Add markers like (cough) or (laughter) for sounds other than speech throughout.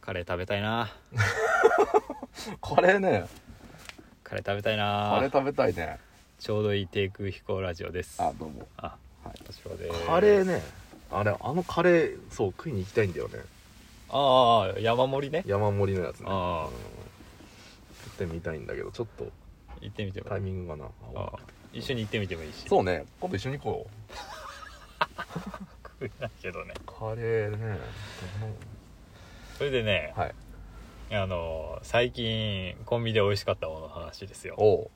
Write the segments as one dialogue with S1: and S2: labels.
S1: カレー食べたいな
S2: カレーね
S1: カレー食べた
S2: カレー
S1: いな
S2: 食べたいね
S1: ちょうどいいテイク飛行ラジオです
S2: あどうも
S1: あ
S2: はい
S1: 敏郎です
S3: カレーねあれあのカレーそう食いに行きたいんだよね
S1: ああ山盛りね
S3: 山盛りのやつね
S1: ああ
S3: 食ってみたいんだけどちょっと
S1: 行ってみても
S3: タイミングがな合わ
S1: あ
S3: な
S1: あ一緒に行ってみてもいいし
S2: そうね
S3: 今度一緒に行こ
S1: (laughs) 食えないけどね
S3: うカレーね
S1: それでね、
S3: はい
S1: あの最近コンビニで美味しかったものの話ですよ
S2: おう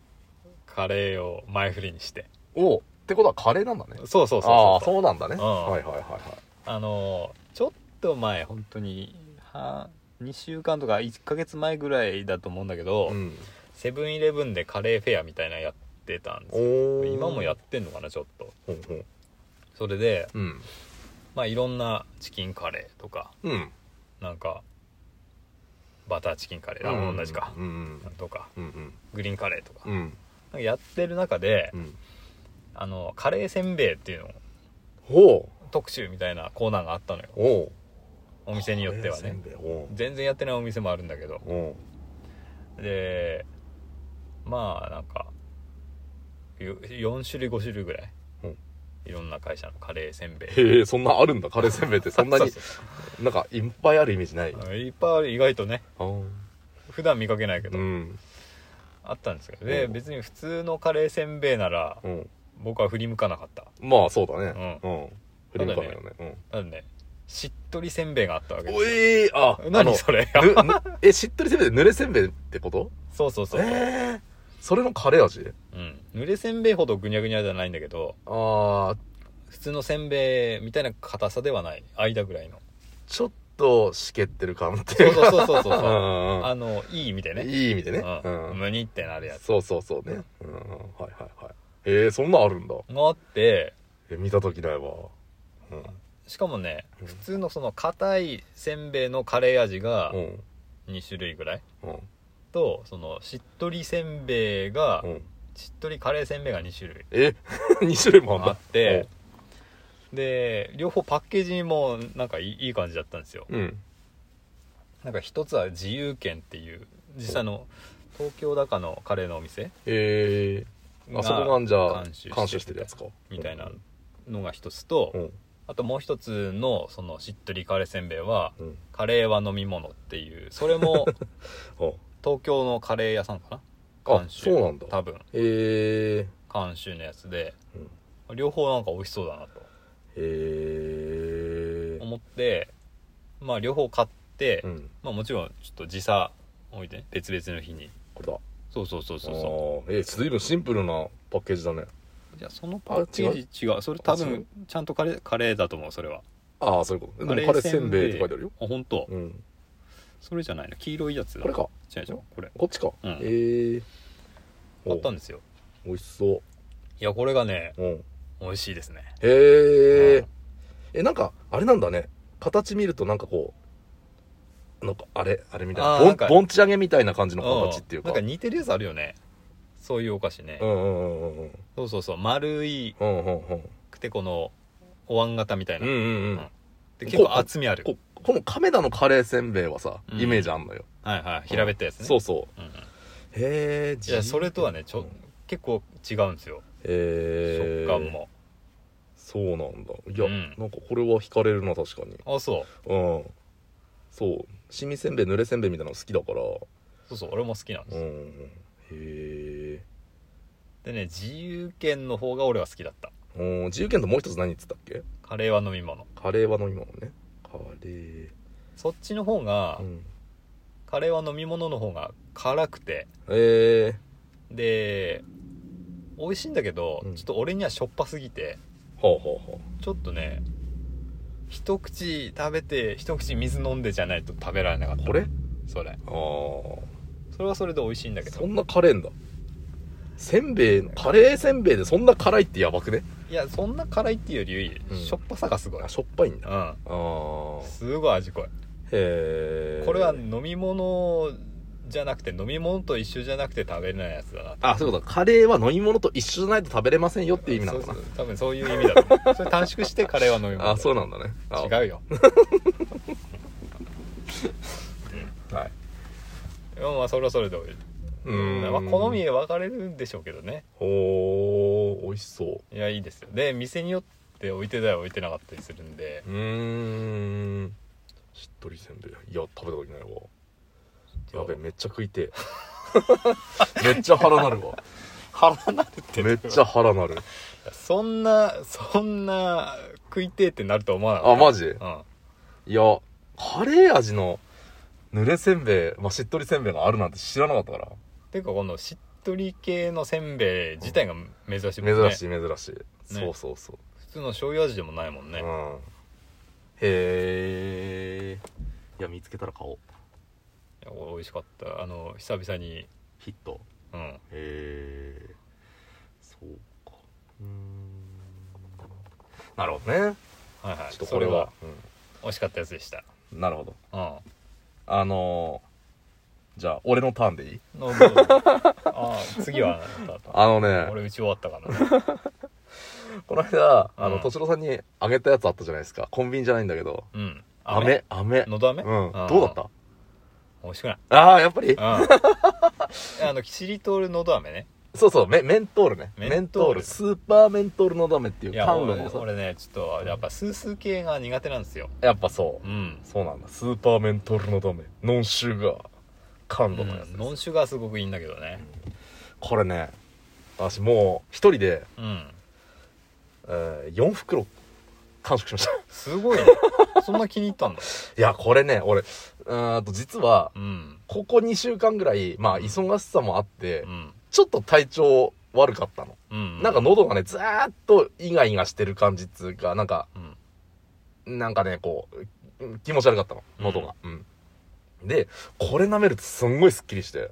S1: カレーを前振りにして
S3: おうってことはカレーなんだね
S1: そうそうそう
S3: あ
S1: そ
S3: あ
S1: うそう
S3: そうなんだね
S1: うん
S3: はいはいはいはい
S1: あのちょっと前本当には2週間とか1ヶ月前ぐらいだと思うんだけど、
S3: うん
S1: セブンイレブンでカレーフェアみたいなのやってたんですよ
S3: お
S1: 今もや
S3: っ
S1: ってんのかなちょっと
S3: ほうほう
S1: それで
S3: うん
S1: まあいろんなチキンカレーとか
S3: うん
S1: なんかバターチキンカレーあ同じか
S3: う、ん
S1: とか
S3: うんうん
S1: グリーンカレーとか,、
S3: うんうん
S1: なんかやってる中で、
S3: うん
S1: あのカレーせんべいっていうの
S3: ほう
S1: 特集みたいなコーナーがあったのよ
S3: おう
S1: お店によっては
S3: カレー
S1: ね
S3: せんべいおう
S1: 全然やってないお店もあるんだけど
S3: おう
S1: でまあなんかよ4種類5種類ぐらい、
S3: うん
S1: いろんな会社のカレーせんべい
S3: へえそんなあるんだカレーせんべいって
S1: (laughs)
S3: そんなに
S1: うそう
S3: なんかいっぱいあるイメージない
S1: そういっぱいある意外とね
S3: あー
S1: 普段見かけないけど、
S3: うん
S1: あったんですけどで
S3: うん
S1: 別に普通のカレーせんべいなら
S3: うん
S1: 僕は振り向かなかった
S3: まあそうだねうん振り向かないよねうん
S1: なんでねしっとりせんべいがあったわけで
S3: お
S1: すよ
S3: えーああ
S1: 何
S3: の
S1: それ (laughs)
S3: ぬぬえしっとりせんべいで濡れせんべいってこと
S1: そうそうそう、
S3: ええそれのカレー味
S1: うん、濡れせんべいほどぐにゃぐにゃじゃないんだけど
S3: ああ
S1: 普通のせんべいみたいな硬さではない間ぐらいの
S3: ちょっとしけってる感って
S1: そ
S3: いううか
S1: そうそうそうそう
S3: うんうん
S1: あのいい意味で
S3: うん
S1: ね
S3: いい意味でね
S1: う、
S3: うんん
S1: むにってなるやつ
S3: そうそうそうねうんうんはいはいはいええそんなんあるんだ
S1: があって
S3: え見た時ないわうん
S1: しかもね
S3: うん
S1: 普通のその硬いせんべいのカレー味が
S3: うん
S1: 2種類ぐらい
S3: うん
S1: とそのしっとりせんべいが、
S3: うん
S1: しっとりカレーせんべいが2種類
S3: え (laughs) 二種類もあんだ
S1: あってで両方パッケージもなんかいいいい感じだったんですよ
S3: うん
S1: なんか一つは自由券っていう実際の東京高のカレーのお店
S3: ええ
S1: が
S3: あそこがんじゃ
S1: 監修して
S3: 監修してるやつか
S1: みたいなのが一つと、
S3: うん
S1: あともう一つのそのしっとりカレーせんべいは
S3: うん
S1: カレーは飲み物っていうそれ
S3: (laughs)
S1: も
S3: うん
S1: 東京のカレー屋さんかな
S3: あ
S1: 監修
S3: そうなんだ
S1: 多分
S3: ええ
S1: 監修のやつで
S3: うん
S1: 両方なんか美味しそうだなと
S3: ええ
S1: 思ってまあ両方買って、
S3: うん
S1: まあもちろんちょっと時差置いてね別々の日に
S3: これだ
S1: そうそうそうそうそ
S3: そうえー随分シンプルなパッケージだね
S1: うじゃあそのパッケージ違うそれ多分ちゃんとカレーカレーだと思うそれは
S3: ああそういうことでもカレーせんべいって書いてあるよ
S1: あ本当、
S3: うん
S1: それじゃないの黄色いやつだ
S3: これか
S1: 違う違うこれ
S3: こっちか
S1: うん
S3: ええ
S1: 買ったん
S3: で
S1: ですよ
S3: 美味しそう
S1: いやこれがね
S3: うん
S1: 美味しいですね
S3: へ
S1: うん
S3: ええなんかあれなんだね形見るとなんかこうなんかあれあれみたい
S1: あ
S3: な
S1: ー
S3: ぼ
S1: なん
S3: ん
S1: か
S3: ぼんち上げみたいな感じの形っていうか
S1: んなんか似てるやつあるよねそういうお菓子ね、
S3: うんうんうんうんうん
S1: そうそうそう丸い
S3: うんうんうん
S1: くてこのお椀型みたいな、
S3: うんうんうん
S1: んで結構厚みある
S3: ここの亀田のカレーせんべいはさ
S1: うん
S3: イメージあんのよ
S1: はいはい平べったいやつね、
S3: そうそう
S1: うんうん
S3: へえ
S1: いやそれとはねちょ結構違うんですよ食
S3: 食
S1: 感も
S3: そうなんだいや、
S1: うん
S3: なんかこれは惹かれるな確かに
S1: あそう
S3: うんそうしみせんべい濡れせんべいみたいなの好きだから
S1: そうそう俺も好きなんです、
S3: うんうんへ
S1: でね自由券の方が俺は好きだった
S3: えうん自由研ともう一つ何っつったっけ
S1: カレーは飲み物
S3: カレーは飲み物ねカレー
S1: そっちの方が、
S3: うん
S1: カレーは飲み物の方が辛くて
S3: え
S1: で美味しいんだけど、
S3: うん
S1: ちょっと俺にはしょっぱすぎて
S3: ー、はあはあは
S1: ちょっとね一口食べて一口水飲んでじゃないと食べられなかった
S3: あこれあ
S1: それ
S3: あー
S1: それはそれで美味しいんだけ
S3: そ
S1: ど
S3: んな辛いんだせんべいのカレーせんべいでそんな辛いってやばくね
S1: いやそんな辛いっていうより、
S3: うん
S1: しょっぱさがすごい
S3: あしょっぱいんだ
S1: うん
S3: あー
S1: すごい味濃い
S3: へえ
S1: これは飲み物じゃなくて飲み物と一緒じゃなくて食べれないやつだな
S3: あそういうことカレーは飲み物と一緒じゃないと食べれませんよっていう意味なのか
S1: そ
S3: な
S1: うそう多分そういう意味だと思うそれ短縮してカレーは飲み物
S3: あそうなんだねあ
S1: 違うよんはそれぞれで
S3: うーん
S1: まあ、好みで分かれるんでしょうけどね
S3: おー美味しそう
S1: いやいいですよで店によって置いてたり置いてなかったりするんで
S3: うーんしっとりせんべいいや食べたことないわやべえめっちゃ食いてえ (laughs) めっちゃ腹なる
S1: (laughs)
S3: わ
S1: 腹なるって
S3: めっちゃ腹なる
S1: そんなそんな食いてえってなるとは思わなか
S3: あ
S1: った
S3: マジ
S1: うん
S3: いやカレー味の濡れせんべい、まあ、しっとりせんべいがあるなんて知らなかったから
S1: ていうかこのしっとり系のせんべい自体が珍しいもんね
S3: 珍しい珍しい、そうそうそう
S1: 普通の醤油味でもないもんね、
S3: うんへえいや見つけたら買お
S1: い
S3: う
S1: や美味しかったあの久々に
S3: ヒット
S1: うん
S3: へえそうかうーんなるほどね
S1: はいはい
S3: ちょっとこれは
S1: 美味しかったやつでした
S3: うんなるほど
S1: うん
S3: あのー、じゃあ俺のターンでいい (laughs)
S1: のどうぞああ次はあなた
S3: あのね
S1: 俺打ち終わったからね
S3: この間あ
S1: う
S3: の
S1: ん
S3: 敏郎さんにあげたやつあったじゃないですかコンビニじゃないんだけど
S1: うん
S3: 飴飴
S1: のど飴
S3: うんどうだった
S1: 美味しくない
S3: ああやっぱり (laughs)
S1: うんあのキシリトールのど飴ね
S3: そうそうメメントールね
S1: メ
S3: メ
S1: ン
S3: ン
S1: トール
S3: トールスーパーメントールのダメってい
S1: いうや
S3: 缶の
S1: 俺
S3: ね
S1: 俺ねちょっとやっぱスースー系が苦手なんですよ
S3: やっぱそう
S1: うん
S3: そうなんだスーパーメントールのダメノンシュガー
S1: う
S3: 缶のやつです、
S1: んノンシュガーすごくいいんだけどね
S3: これね私もう一人で、
S1: うん
S3: え4袋完食しました (laughs)
S1: すごいねそんな気に入ったんだ
S3: いやこれね俺うーんと実は
S1: うん
S3: ここ2週間ぐらいまあ忙しさもあって、
S1: うん
S3: ちょっと体調悪かったの、
S1: うん
S3: なんか喉がねずーっとイガイガしてる感じっつうかなんか
S1: うん
S3: なんかね、こう、うん気持ち悪かったの、喉が。うん。で、これ舐めるとすんごいスッキリして。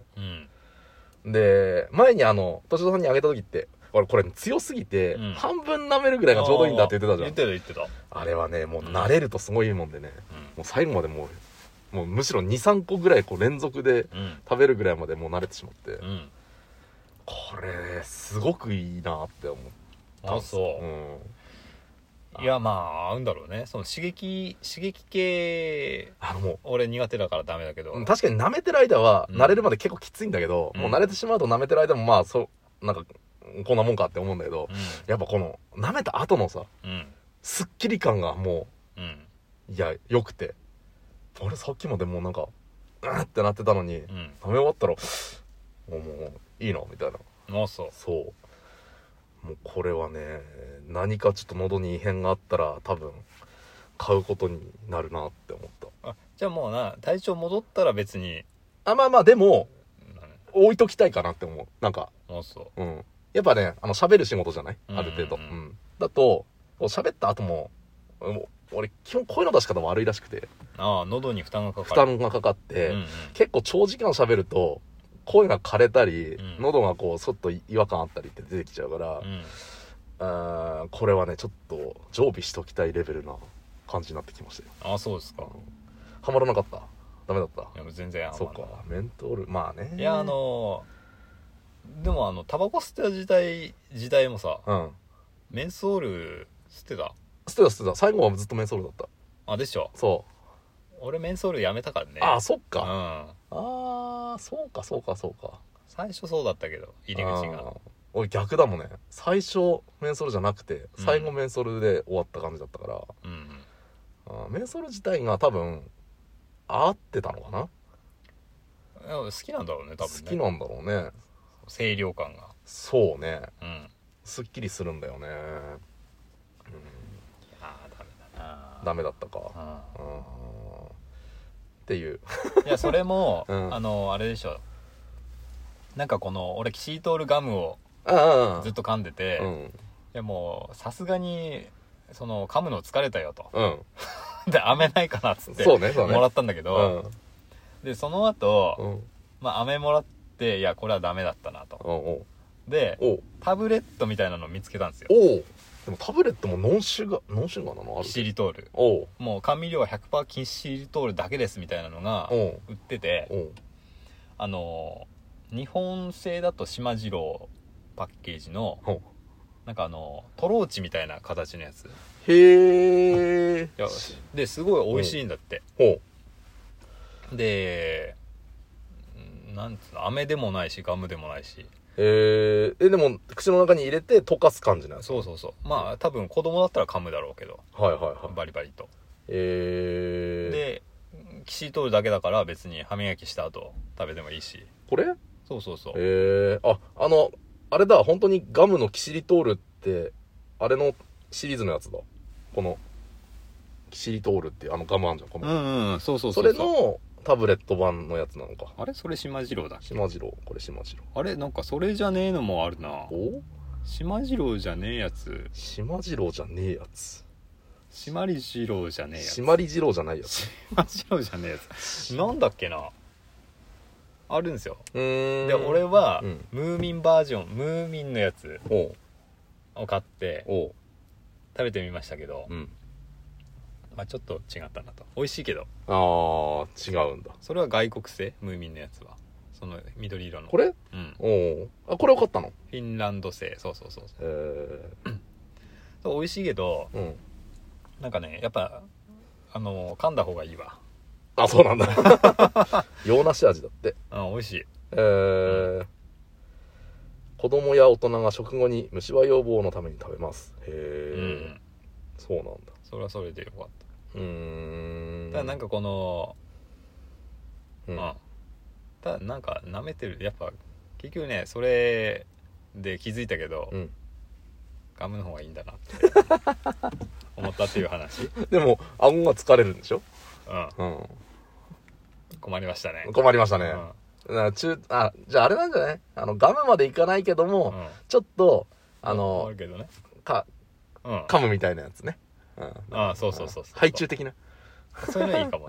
S1: うん
S3: で、前にあの、敏郎さんにあげた時って、俺これ強すぎて、
S1: うん
S3: 半分舐めるぐらいがちょうどいいんだって言ってたじ
S1: 言
S3: ゃ
S1: っ
S3: ん。
S1: てた言ってた
S3: あれはね、もう慣れるとすごいもんでね、
S1: う
S3: もう最後までもう、もうむしろ2、3個ぐらいこう連続で
S1: んうん
S3: 食べるぐらいまでもう慣れてしまって、
S1: うん
S3: これ、すごくいいなって思った
S1: あ
S3: んです
S1: そう
S3: うん。
S1: いやまあ合うんだろうねその刺激刺激系
S3: あのもう、
S1: 俺苦手だからダメだけど
S3: うん確かに舐めてる間は、
S1: うん
S3: 慣れるまで結構きついんだけど、
S1: うん
S3: もう慣れてしまうと舐めてる間もまあそうなんかこんなもんかって思うんだけど、
S1: う
S3: やっぱこの舐めた後のさ
S1: んうん
S3: すっきり感がも
S1: うん
S3: ういや良くてあれさっきまでもうなんかうーってなってたのに、
S1: うん
S3: 舐め終わったらもうもういいのみたいな
S1: もうそう
S3: そうもうこれはね何かちょっと喉に異変があったら多分買うことになるなって思っ
S1: あじゃあもうな体調戻ったら別に
S3: たあまあまあでも
S1: なね
S3: 置いときたいかなって思うなんか
S1: もうそ
S3: うん。やっぱね、あの、喋る仕事じゃない
S1: うん
S3: ある程度。
S1: う
S3: うんんだと、こう喋った後も、もう俺、基本声の出し方悪いらしくて、
S1: うああ喉に負担がかかる
S3: 負担がかかっ
S1: う
S3: て、
S1: んうん
S3: 結構長時間喋ると、声が枯れたり、
S1: うん
S3: 喉がこう、そっと違和感あったりって出てきちゃうから、
S1: うん
S3: あーこれはね、ちょっと常備しときたいレベルな感じになってきましたよ。
S1: あそうですかい
S3: ハマらなかったダメだった
S1: やもう全然あんま
S3: そっか、メントール、まあね。
S1: いやあ、のーでもあのタバコ吸ってた時代時代もさ
S3: うん。
S1: メンソール吸ってた
S3: 捨てた捨てた。最後はずっとメンソールだった。
S1: あでしょ
S3: そう。
S1: 俺メンソールやめたからね
S3: ああ、そっか。
S1: うん
S3: あーそうかそうかそうか
S1: 最初そうだったけど入り口
S3: あ
S1: が
S3: ー俺逆だもんね最初メンソールじゃなくて
S1: うん
S3: 最後メンソールで終わった感じだったから、
S1: うんうん
S3: あーメンソール自体が多分合ってたのかな、
S1: いや好きなんだろうね多
S3: 好
S1: 分ね
S3: きなんだろうね
S1: 清涼感が
S3: そうね
S1: うん
S3: すっきりするんだよね、
S1: ああダメだな
S3: うん、ダメだったか
S1: うん
S3: うーんっていう
S1: いやそれも、
S3: (laughs) うん
S1: あのあれでしょなんかこの俺キシートールガムを
S3: あ
S1: ずっと噛んでて、
S3: う
S1: い
S3: ん
S1: やもうさすがにその噛むの疲れたよと (laughs)
S3: うん
S1: で飴ないかなっつって
S3: そうねそうね
S1: もらったんだけど、
S3: うん
S1: でその後、
S3: うん
S1: まあ飴もらっていやこれはダメだったなと
S3: おう
S1: で
S3: おう
S1: タブレットみたいなの見つけたんですよ
S3: おうでもタブレットもノンシュガーノンシュガーなのあ
S1: キシ
S3: る
S1: リトール
S3: おう
S1: もう甘味料は100%キシリトールだけですみたいなのが
S3: おう
S1: 売ってて
S3: おう
S1: あの日本製だと島次郎パッケージの
S3: ほう
S1: なんかあのトローチみたいな形のやつ
S3: へえ。
S1: よしですごい美味しいんだって
S3: ほ
S1: でうんなんつうの飴でもないしガムでもないし
S3: えー、えでも口の中に入れて溶かす感じなんです
S1: そうそうそうまあ多分子供だったら噛むだろうけど
S3: はいはいはい
S1: バリバリと
S3: え
S1: で
S3: ー、
S1: キシリトールだけだから別に歯磨きした後食べてもいいし
S3: これ
S1: そうそうそう
S3: えー、ああのあれだ本当にガムのキシリトールってあれのシリーズのやつだこのキシリトールってあのガムあんじゃんこ
S1: う
S3: の、
S1: んうんそうそう
S3: そうれ
S1: う
S3: のタブレット版のやつなのか
S1: あれそれ島次郎だっけ
S3: 島次郎これ島次郎
S1: あれなんかそれじゃねえのもあるな
S3: お
S1: 島次郎じゃねえやつ
S3: 島次郎じゃねえやつ
S1: 島り次郎じゃねえやつ
S3: 島り次郎じゃないやつ
S1: 島次郎じゃねえや
S3: (laughs)
S1: つなんだっけなあるんですよ
S3: うーん
S1: で俺は、
S3: うん
S1: ムーミンバージョンムーミンのやつ
S3: おう
S1: を買って
S3: おう
S1: 食べてみましたけど、
S3: うん
S1: まあ、ちょっと違ったなと美味しいけど
S3: あー違うんだ
S1: それは外国製ムーミンのやつはその緑色の
S3: これ
S1: うん、フ
S3: おうあこれを買ったの
S1: ィンランド製そうそうそう
S3: えー、
S1: そう美味しいけど
S3: うん
S1: なんかねやっぱあの噛んだ方がいいわ、
S3: あそうなんだ洋梨味だ (laughs) って
S1: うん、美味しい
S3: えー子供や大人が食後に虫歯予防のために食べますへ
S1: う
S3: え、
S1: ん
S3: そうなんだ
S1: それはそれでよかっ
S3: うー
S1: たただ
S3: ん
S1: なんかこの
S3: う
S1: うん
S3: ん、
S1: ただなんか舐めてるやっぱ結局ねそれで気づいたけど、
S3: うん
S1: ガムの方がいいんだなって思ったっていう話
S3: (laughs)
S1: うん
S3: でも顎が疲れるんでしょ、うん、
S1: 困りましたね
S3: 困りましたね、
S1: う
S3: な中あじゃああれなんじゃないあのガムまでいかないけども、
S1: んうん
S3: ちょっとあ
S1: 困
S3: の
S1: るけどね
S3: か
S1: うん
S3: 噛むみたいなやつね、うん、
S1: ああそうそうそうそう
S3: 配中的な
S1: そういうのいいかも